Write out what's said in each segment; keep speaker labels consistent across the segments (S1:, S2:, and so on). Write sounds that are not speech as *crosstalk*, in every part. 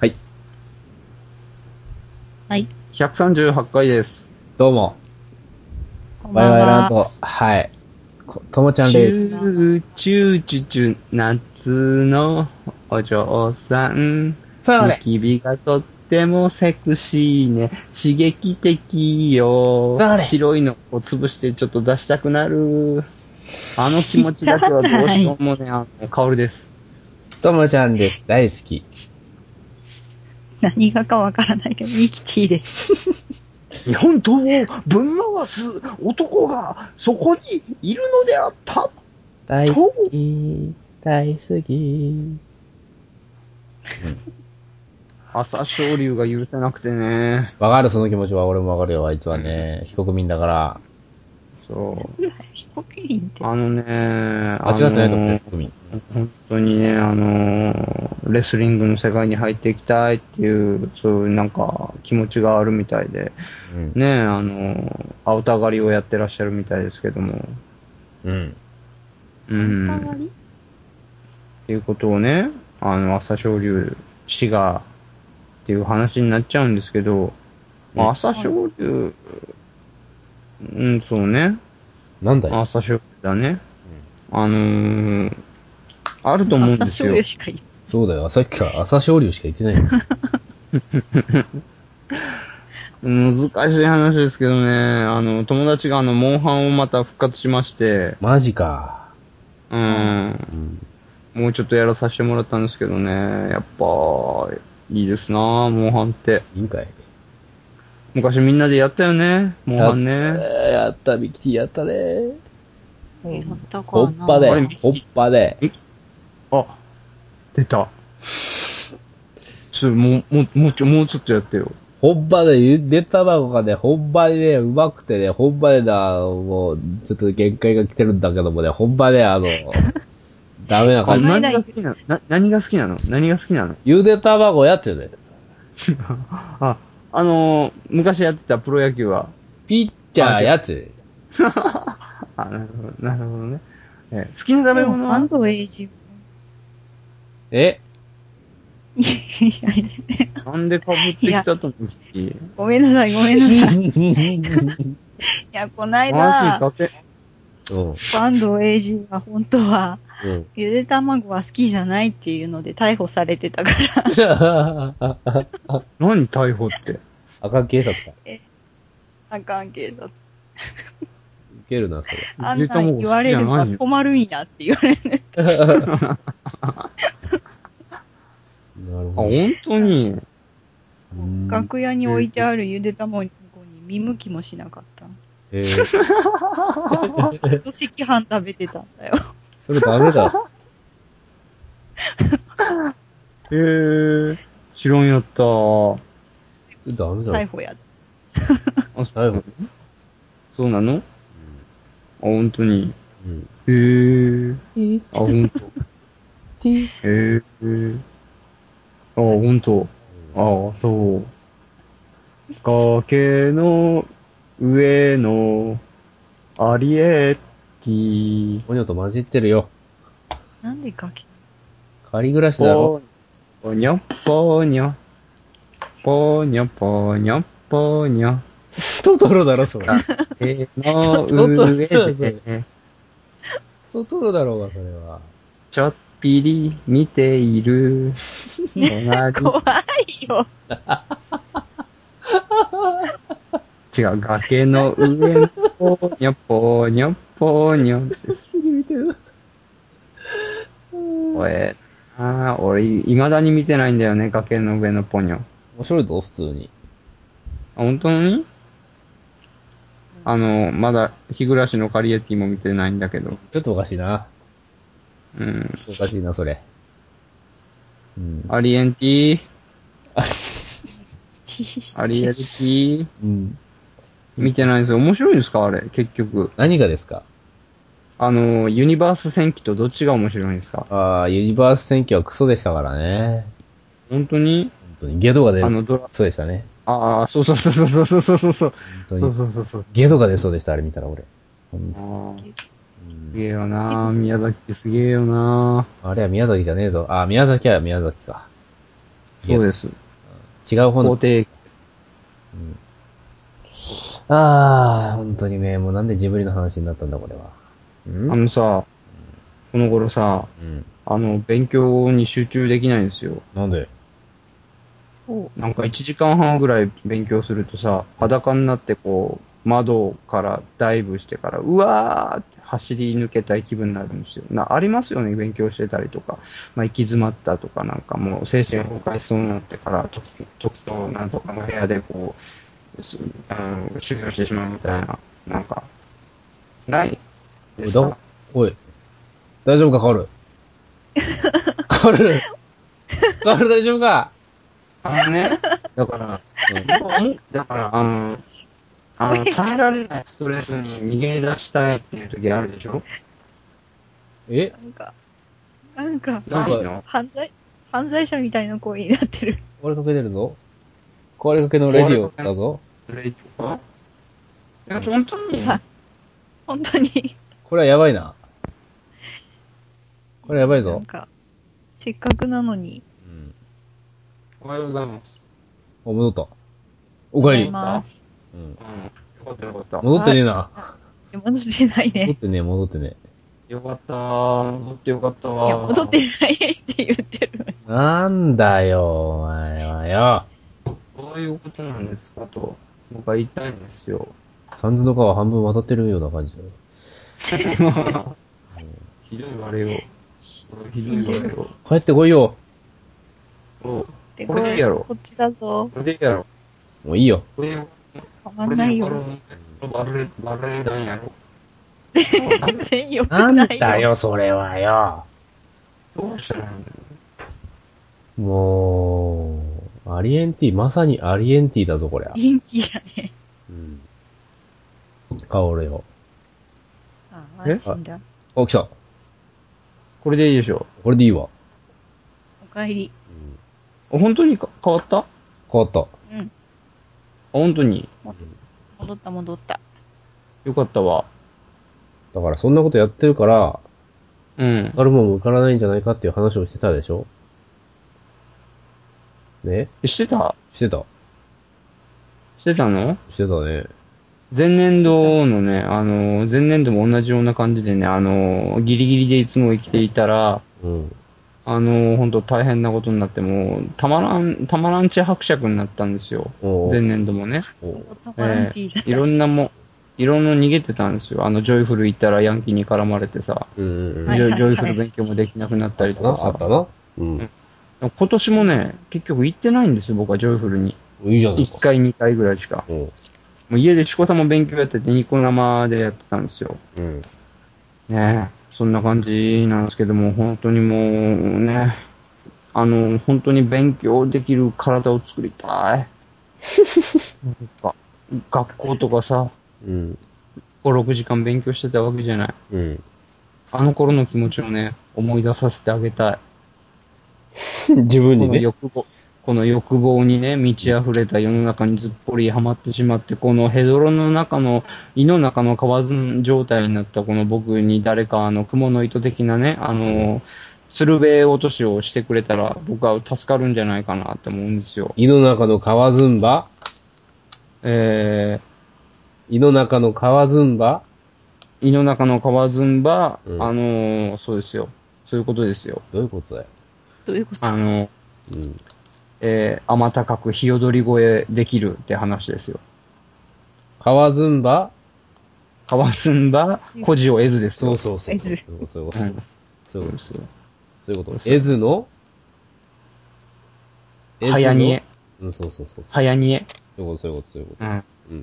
S1: はい。
S2: はい。
S3: 138回です。
S1: どうも。
S2: こん
S1: ワ
S2: ば
S1: イ
S2: ん
S1: ワイラン
S2: は。
S1: ド。はい。こともちゃん
S3: チュ
S1: です。
S3: ーチューチュチュ夏のお嬢さん。
S1: そ
S3: ニ。キビがとってもセクシーね。刺激的よ
S1: それ。
S3: 白いのを潰してちょっと出したくなる。あの気持ちだけはどうしようもね、あの、カオルです。
S1: ともちゃんです。大好き。
S2: 何がかわからないけど、ミキティです。
S3: 日本刀をぶん回す男がそこにいるのであった。
S1: 大好き。大好き。
S3: 朝青龍が許せなくてね。
S1: わかる、その気持ちは。俺もわかるよ。あいつはね、非国民だから。
S3: そう。
S2: 飛行機員って。
S3: あのね、間
S1: 間違ってないと思うね、非国民。
S3: 本当にね、あのーレスリングの世界に入っていきたいっていう、そういうなんか気持ちがあるみたいで、
S1: うん。
S3: ねえ、あのー青たがりをやってらっしゃるみたいですけども、
S1: うん。
S3: う
S2: 変
S3: ん、
S2: わ
S3: っ
S2: り
S3: ていうことをね、あの、朝青龍氏が、っていう話になっちゃうんですけど、まあ
S1: うん
S3: 朝青龍、うん、そうね、
S1: なんだよ。
S3: 朝青龍だね、あのーあると思うんですよ
S2: 朝青。龍しかい
S1: そうだよ。さっきから朝青龍しか言ってないよ。
S3: 難しい話ですけどね、あの、友達があの、モンハンをまた復活しまして、
S1: マジか。
S3: うん、
S1: うん。
S3: もうちょっとやらさせてもらったんですけどね、やっぱ、いいですなぁ、モンハンって。
S1: いいんかい。
S3: 昔みんなでやったよね、モンハンね。
S4: やった、ミキティやったね。
S2: る。やったか
S4: ほっぱで
S3: あれミ、キテ
S4: ほ
S3: ィ
S4: っぱで。
S3: あ、出た。ちょ、もう、もう、もうちょ、もうちょっとやってよ。
S4: ほっぱで、ゆで卵がね、ほっぱでね、うまくてね、ほっぱでだ、もう、ちょっと限界が来てるんだけどもね、ほっぱで、あ
S2: *laughs*
S4: の、ダメな
S3: あ
S4: 感じ。
S2: 前
S3: 何
S2: だ
S3: が好きなのな何が好きなの何が好きなの *laughs*
S4: ゆで卵やってね、
S3: あ、あのー昔やってたプロ野球は。
S4: ピッチャーやってね。
S3: あ、なるほど、なるほどね。え好きな食べ物は
S2: 安藤英二。い
S4: え
S2: やいや
S3: なんでかぶってきたと思うき
S2: ごめんな *laughs* さい、ごめんなさい。い
S4: *laughs*
S2: や、こない
S3: マジ
S2: だ、
S3: だけ。
S1: うん。
S2: 安藤英二は本当は、
S4: *laughs*
S1: うん。
S2: ゆで卵は好きじゃないっていうので逮捕されてたから、
S3: 何逮捕って。
S1: 赤警察か。
S2: あかん警察。
S1: いけるな、それ。
S2: あん
S3: ゆで
S2: な
S3: 卵
S2: ん言われる
S3: 好きじゃない
S2: ば
S3: よ
S2: 困るんやって言われて。
S1: なる
S3: あ、
S1: ほど。
S3: 本当に。
S1: うん
S2: 楽屋に置いてあるゆで卵に見向きもしなか
S1: *laughs*
S2: った。
S1: えー、
S2: ずっと赤飯食べてたんだよ。
S1: それダメだ。
S3: へえー、知らんやった。あ、
S1: それダメだろ
S2: 逮。捕やって。
S1: 逮捕。
S3: そうなのあ、本当に。
S1: うん。
S3: へえー。あ、本
S2: *laughs*
S3: 当。へえー。あ、本当。あ、そう。崖の上のアリエッティ。
S1: ポニョと混じってるよ。
S2: なんでガキ
S1: 仮暮らしだろ。
S3: ぽにょぽにょ。ぽにょぽにょぽにょ。
S4: トトロだろ、それ。
S3: 手の上で、
S4: トトロだろうが、それは。
S3: ちょっぴり見ている。隣
S2: 怖いよ。
S3: 違う、崖の上のぽにょぽにょぽにょです。おえああ、俺、未だに見てないんだよね、崖の上のぽにょ。あ、
S1: 面白いぞ、普通に。
S3: 本当にあの、まだ、日暮らしのカリエッティも見てないんだけど。
S1: ちょっとおかしいな。
S3: うん。
S1: おかしいな、それ。うん。
S3: アリエンティアリエルティ
S1: うん。
S3: 見てないんですよ。面白いんですかあれ、結局。
S1: 何がですか
S3: あの、ユニバース戦記とどっちが面白いんですか
S1: ああ、ユニバース選挙はクソでしたからね。
S3: 本当に
S1: 本当に。ゲドが出
S3: あの、
S1: る。
S3: ドラ、
S1: クソでしたね。
S3: ああ、そうそうそうそうそうそうそうそう。
S1: 本当
S3: そう
S1: に。
S3: そうそうそう。
S1: ゲドが出そうでした、あれ見たら俺。本当
S3: あー
S1: うん
S3: すげえよな宮崎ってすげえよな
S1: あれは宮崎じゃねえぞ。あ、宮崎は宮崎か。
S3: そうです。
S4: 違う方
S3: 肯
S4: の。
S3: 定。
S4: ああ、本当にね、もうなんでジブリの話になったんだ、これは。うん
S3: あのさ、この頃さ、
S4: うん。
S3: あの、勉強に集中できないんですよ。
S4: なんで
S2: お
S3: なんか1時間半ぐらい勉強するとさ、裸になってこう、窓からダイブしてから、うわーって走り抜けたい気分になるんですよ。な、ありますよね、勉強してたりとか。まあ、行き詰まったとか、なんかもう精神崩壊しそうになってから、時時となんとかの部屋でこう、すあの修行してしまうみたいな、なんか、ないです
S4: ど
S3: か
S4: おい。大丈夫か、カオ *laughs* ル。カオル。カオル大丈夫か
S3: あ
S2: *laughs*
S3: のね、だから、うんだから、あの、あの、耐えられないストレスに逃げ出したいっていう時あるでしょ
S4: え
S2: なんか、なんか、
S3: な
S4: なん
S3: い
S4: か
S3: の
S2: 犯罪、犯罪者みたいな声になってる。
S4: 壊れかけてるぞ。壊れかけのレディオだぞ。
S3: それとかいや、本当に、
S2: 本当に。
S4: これはやばいな。これやばい
S2: な
S4: ぞ
S2: ん。か、せっかくなのに。
S4: うん。
S3: おはようございます。
S4: お、戻った。おかえり。
S2: ます。
S4: うん。
S3: うん。よかったよかった。
S4: 戻ってねえな。
S2: 戻ってない
S4: 戻っ
S2: ね。
S4: てねえ、戻ってねえ。
S3: よかった戻ってよかった
S2: い
S3: わ
S2: や、戻ってないって言ってる。
S4: なんだよ、お前はよ。
S3: そういうことなんですかと、僕は言いたいんですよ。
S4: 三途の川半分渡ってるような感じだよ。
S3: ひどい我を。ひどい我を。
S4: 帰ってこいよ。
S3: お
S2: で
S3: これでいいやろ
S2: こっちだぞ。
S3: これでいいやろ。
S4: もういいよ。
S3: これで
S2: たまんない
S3: これ
S2: よ。
S3: でこれバレ、バレなんやろ。
S2: 全然よくない
S4: な
S2: よ。
S4: んだ。よ、それはよ。
S3: どうしたらいいんだろ
S4: もう、アリエンティ、まさにアリエンティだぞ、こりゃ。
S2: 元気やね。
S4: うん。カオルよ。
S2: あ、
S3: え
S2: 安心だ。
S4: あ、来た。
S3: うこれでいいでしょ
S4: これでいいわ。
S2: おかえり。
S3: う。本当にか変わったあ
S4: 変わった。
S2: うん。
S3: 本当に。
S2: 戻った戻った。
S3: よかったわ。
S4: だから、そんなことやってるから、
S3: うん。
S4: あるもん受からないんじゃないかっていう話をしてたでしょね
S3: してた
S4: してた。
S3: してたの
S4: してたね。
S3: 前年度のね、あの、前年度も同じような感じでね、あの、ギリギリでいつも生きていたら、
S4: うん。
S3: あの、本当大変なことになって、もう、たまらん、たまらんち伯爵になったんですよ。
S4: おう
S3: 前年度もね。
S4: お
S2: そうこたまらんピーじゃ
S3: いろんなもん、いろんな逃げてたんですよ。あの、ジョイフル行ったらヤンキーに絡まれてさ、
S4: うんうんうん。
S2: はい
S3: ジョイジョイフル勉強もできなくなったりと
S4: な
S3: かさ。
S4: あったな。うん。
S3: 今年もね、結局行ってないんですよ、僕はジョイフルに。
S4: いいじゃないです
S3: 1
S4: か。
S3: 回、2回ぐらいしか。
S4: うん。
S3: もう家でしこたま勉強やってて、ニコ生でやってたんですよ。
S4: うん。
S3: ねえ、そんな感じなんですけども、本当にもうね、あの、本当に勉強できる体を作り
S4: *laughs*
S3: たい。なんか学校とかさ、
S4: うん。
S3: 5、6時間勉強してたわけじゃない。
S4: うん。
S3: あの頃の気持ちをね、思い出させてあげたい。
S4: *laughs* 自分
S3: こ
S4: に
S3: の
S4: *laughs* ね。
S3: 欲望、この欲望にね、満ち溢れた世の中にずっぽりハマってしまって、このヘドロの中の、胃の中の蛙状態になったこの僕に誰か、あの、蜘蛛の糸的なね、あの、鶴瓶落としをしてくれたら、僕は助かるんじゃないかなって思うんですよ。
S4: 胃の中の川ずんば
S3: え
S4: 胃の中の川ずんば
S3: ー、胃の中の蛙ば、
S4: うん
S3: あの、そうですよ。そういうことですよ。
S4: どういうことだよ。
S2: どういうこと
S3: あの、
S4: うん。
S3: えー、甘高く日踊り越えできるって話ですよ。
S4: 川ずんば
S3: 蛙ば、孤児を得ずです
S4: そ
S3: よ
S4: う。そうそう。そういうこと。そういうことそうい
S3: うん
S4: うこと。
S3: すよ。
S4: そういうこと。絵図の
S3: 早煮え。。
S4: うん、そうそうそう。
S3: 早煮え。
S4: そういうこと、そういうこと、そういうこ
S3: う
S4: と。
S3: ん。
S4: うんう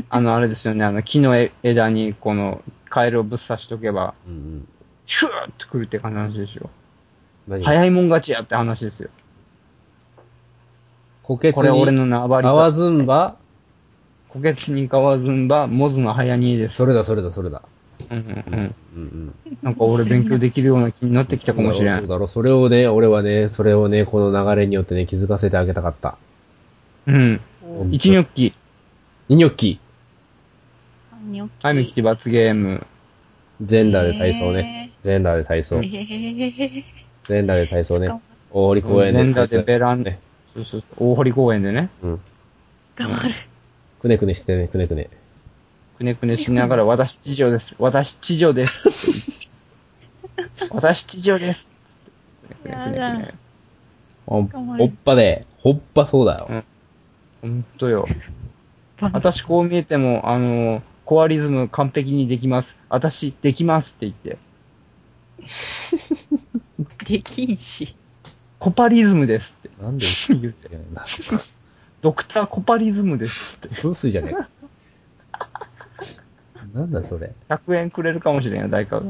S4: ん
S3: あの、あれですよね、あの、木のえ枝に、この、カエルをぶっ刺しとけば、
S4: うんうん。うんうん。
S3: シューってくるって話でしょ。
S4: 何が
S3: 早いもん勝ちやって話ですよ。
S4: 虎穴に。
S3: これ俺の縄張り
S4: 川
S3: だ。
S4: ずんば
S3: 虎穴に買わずんば、モズの早煮えです。
S4: それだ、それだ、それだ。
S3: うんうんうん。
S4: うんうん。
S3: なんか俺勉強できるような気になってきたかもしれ
S4: そ
S3: ん
S4: う。だろ、それをね、俺はね、それをね、この流れによってね、気づかせてあげたかった。
S3: うん。一ニョッキ、
S4: ニニョッキ。
S2: ニョッキ
S3: アイムキティ罰ゲーム。
S4: 全裸で体操ね。全裸で体操。
S2: えー
S4: 全裸で体操ね
S2: 頑張っ。
S4: 大堀公園で。
S3: 全裸でベラン
S4: ね、
S3: そうそうそう大堀公園でね、
S4: うん。
S2: 捕まる。
S4: くねくねしてね、くねくね。
S3: くねくねしながら、私地上です、私地上です。私地上です。くねくねく
S2: や
S3: ねく
S2: だ
S3: ね。
S4: ほん
S2: かわいい
S4: ほっぱで、ほっぱそうだよ。
S3: ほんとよ。
S2: バン
S3: 私こう見えても、あの、コアリズム完璧にできます。私できますって言って。
S2: できんし。
S3: コパリズムです
S2: *laughs*
S3: って
S4: なん *laughs* で
S3: 言って。
S4: 言ってんだ
S3: ドクターコパリズムですって。
S4: 風水じゃねえか。なんだそれ。
S3: 100円くれるかもしれんよ、大家が。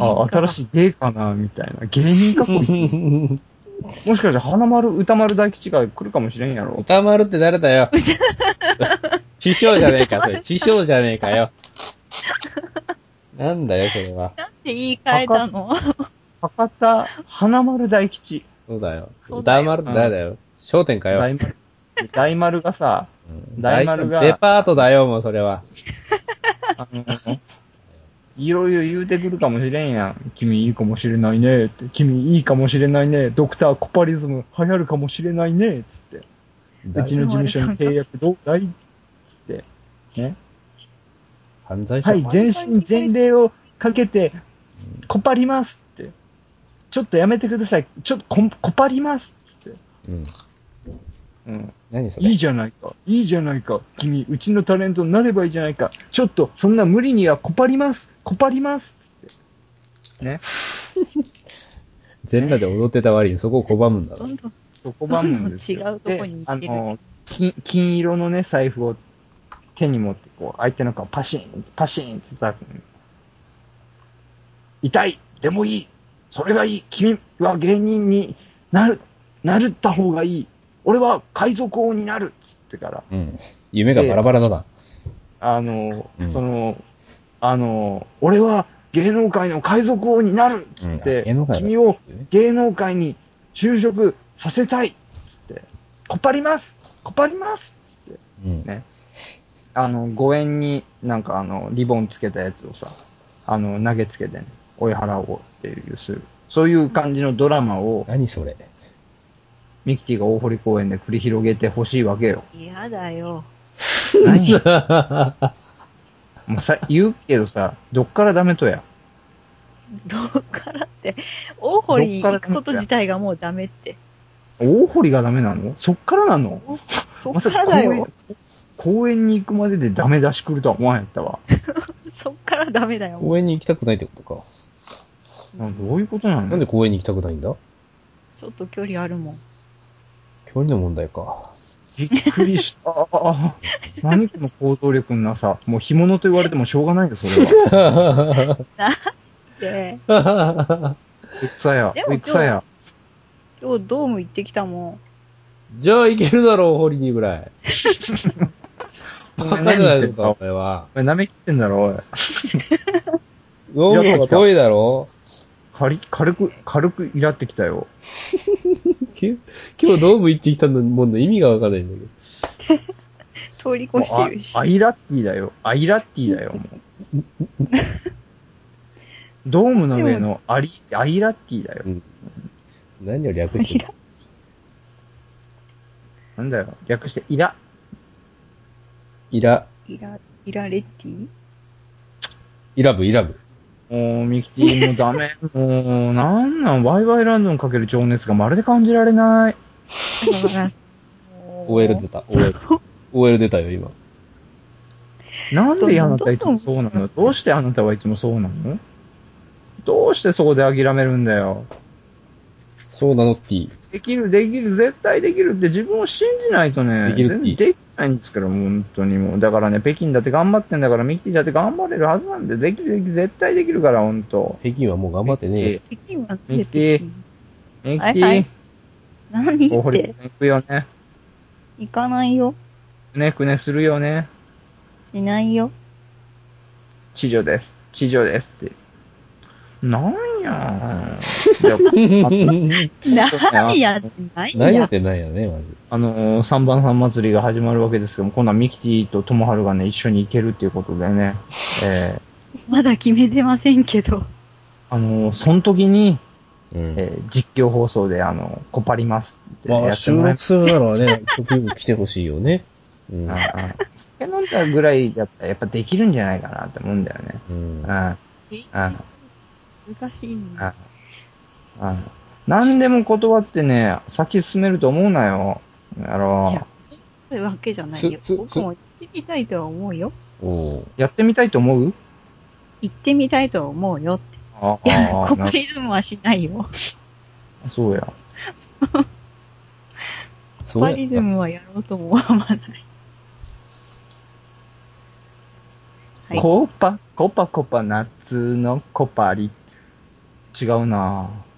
S3: あ、新しい芸かなみたいな。芸人か
S2: *laughs*
S3: こいつもしかして花丸、歌丸大吉が来るかもしれんやろ。
S4: *laughs* 歌丸って誰だ
S3: *laughs*
S4: よ。師匠じゃねえか、それ。師匠じゃねえかよ。なんだよ、それは。
S2: なんで言い換えたの
S3: 博多、花丸大吉。
S4: そうだよ。
S2: そうだよ
S4: 歌丸って誰だよ。商店かよ。
S3: 大丸大丸が *laughs* さ、
S4: うん
S3: 大丸が
S4: デパートだよ、もうそれは。
S3: あの、いろいろ言うてくるかもしれんやん。君いいかもしれないねって。君いいかもしれないね。ドクターコパリズム流行るかもしれないね。つって。うちの事務所に契約どうだいつって。ね。
S4: 犯罪者
S3: はい、全身全霊をかけて、コパりますって。ちょっとやめてください。ちょっとこんコパりますつって。
S4: うん。
S3: うん。
S4: 何それ
S3: いいじゃないか。いいじゃないか。君、うちのタレントになればいいじゃないか。ちょっと、そんな無理にはコパります。コパります。つって。ね。
S4: 全裸で踊ってた割にそこを拒むんだろ
S2: ど。んどん
S3: そこばむんですよ。
S2: 違うとこに行ってる
S3: であの、金、金色のね、財布を手に持って、こう、相手の顔パシーン、パシーンって叩くの。痛いでもいいそれがいい君は芸人になる、なるった方がいい俺は海賊王になるつってから、
S4: うん。夢がバラバラだな。
S3: あの、
S4: うん
S3: その、あの、俺は芸能界の海賊王になるつって、
S4: うん芸能界の
S3: 君を芸能界に就職させたいっつって、こっぱりますこっぱりますっつって、
S4: うん。
S3: ね。あの、五円になんかあの、リボンつけたやつをさ、あの、投げつけてね、追い払おうっていうする。そういう感じのドラマを、
S4: 何それ。 *laughs*
S3: ミキティが大堀公園で繰り広げてほしいわけよ。
S2: 嫌だよ。
S3: もうさ、言うけどさ、どっからダメとや。
S2: どっからって、大堀に行くこと自体がもうダメって。
S3: 大堀がダメなのそっからなの
S2: そっからだよ。
S3: 公園に行くまででダメ出し来るとは思わへんやったわ。
S2: そっからダメだよ。
S4: 公園に行きたくないってことか。
S3: あどういうことなの
S4: なんで公園に行きたくないんだ
S2: ちょっと距離あるもん。
S4: 距離の問題か。
S3: びっくりした。あああ何この行動力のなさ。もう干物と言われてもしょうがないよ、それは。
S2: で、
S3: 戦や
S2: で、も今日
S3: 戦や。
S2: 今日ドーム行ってきたも
S4: *laughs* じゃあ行けるだろう、ホリにぐらい。
S3: お
S4: バ
S3: 前
S4: カ
S3: 何
S4: じゃな
S3: 言って
S4: いの
S3: んだ
S4: か、お前は。
S3: お前舐め切ってんだろ、おい。
S4: 飲むのが遠いだろ
S3: 軽い軽く、軽くイラってきたよ。
S4: き今日ドーム行ってきたのもんの意味がわかんないんだけど。
S2: ん。通り
S3: もう
S2: 越してるし
S3: あ。アイラッティだよ。アイラッティだよ、もう。
S2: *laughs*
S3: ドームの上のアリ、アイラッティだよ。
S4: 何を略してる
S3: なんだよ。略して、イラ。
S4: イラ、
S2: イラ、イラレティ
S4: イラブ、イラブ。
S3: もう、ミキティもうダメ。もう、なんなん、ワイワイランドにかける情熱がまるで感じられない。
S4: OL 出た、OL。OL 出たよ、今。
S3: なんであなたいつもそうなのどうしてあなたはいつもそうなのどうしてそこで諦めるんだよ。
S4: そうなの、T。
S3: できる、できる、絶対できるって自分を信じないとね、
S4: できる
S3: 全然できないんですから、もう本当にもう。だからね、北京だって頑張ってんだから、ミキティだって頑張れるはずなんで、できる、できる、絶対できるから、本当。
S4: 北京はもう頑張ってねえよ。
S2: 北京は
S3: ミキティミキティ、
S2: はいはい何
S3: 大
S2: っ
S3: 堀
S2: て
S3: 君行くよね。
S2: 行かないよ。
S3: くねくねするよね。
S2: しない
S3: *laughs*
S2: よ。
S3: 地上です。地上ですって。なんや
S4: *laughs*
S3: *laughs* ー
S2: 何やってない
S4: 何や
S2: や
S4: っ。てないよね、マジ。
S3: あのー、三番さん祭りが始まるわけですけども、今度はミキティとともはるがね、一緒に行けるっていうことでね、えー、
S2: まだ決めてませんけど。
S3: あのー、その時に、
S4: うん
S3: え。ー実況放送で、あのー、こぱります。って
S4: ま
S3: や
S4: あ、
S3: って
S4: 収
S3: もらえ
S4: 録するならね、曲にも来てほしいよ
S3: *laughs*
S4: ね。うん。
S3: ああ酒飲んだぐらいだったらやっぱできるんじゃないかなって思うんだよね。
S4: うん
S3: うん。ああ
S2: 難しいね。
S3: ああ何でも断ってね、先進めると思うなよ。やろ
S2: いやそういうわけじゃないよ
S4: すす。
S2: 僕も行ってみたいとは思うよ。
S4: おう
S3: やってみたいと思う
S2: 行ってみたいとは思うよって。
S3: あ
S2: いや、
S3: あ
S2: コパリズムはしないよ。
S3: なそうや。
S4: そ
S2: コ
S4: う
S2: パ
S4: や
S2: リズムはやろうとも思わない。はい
S3: コパ、コパコパ夏のコパリ。違うな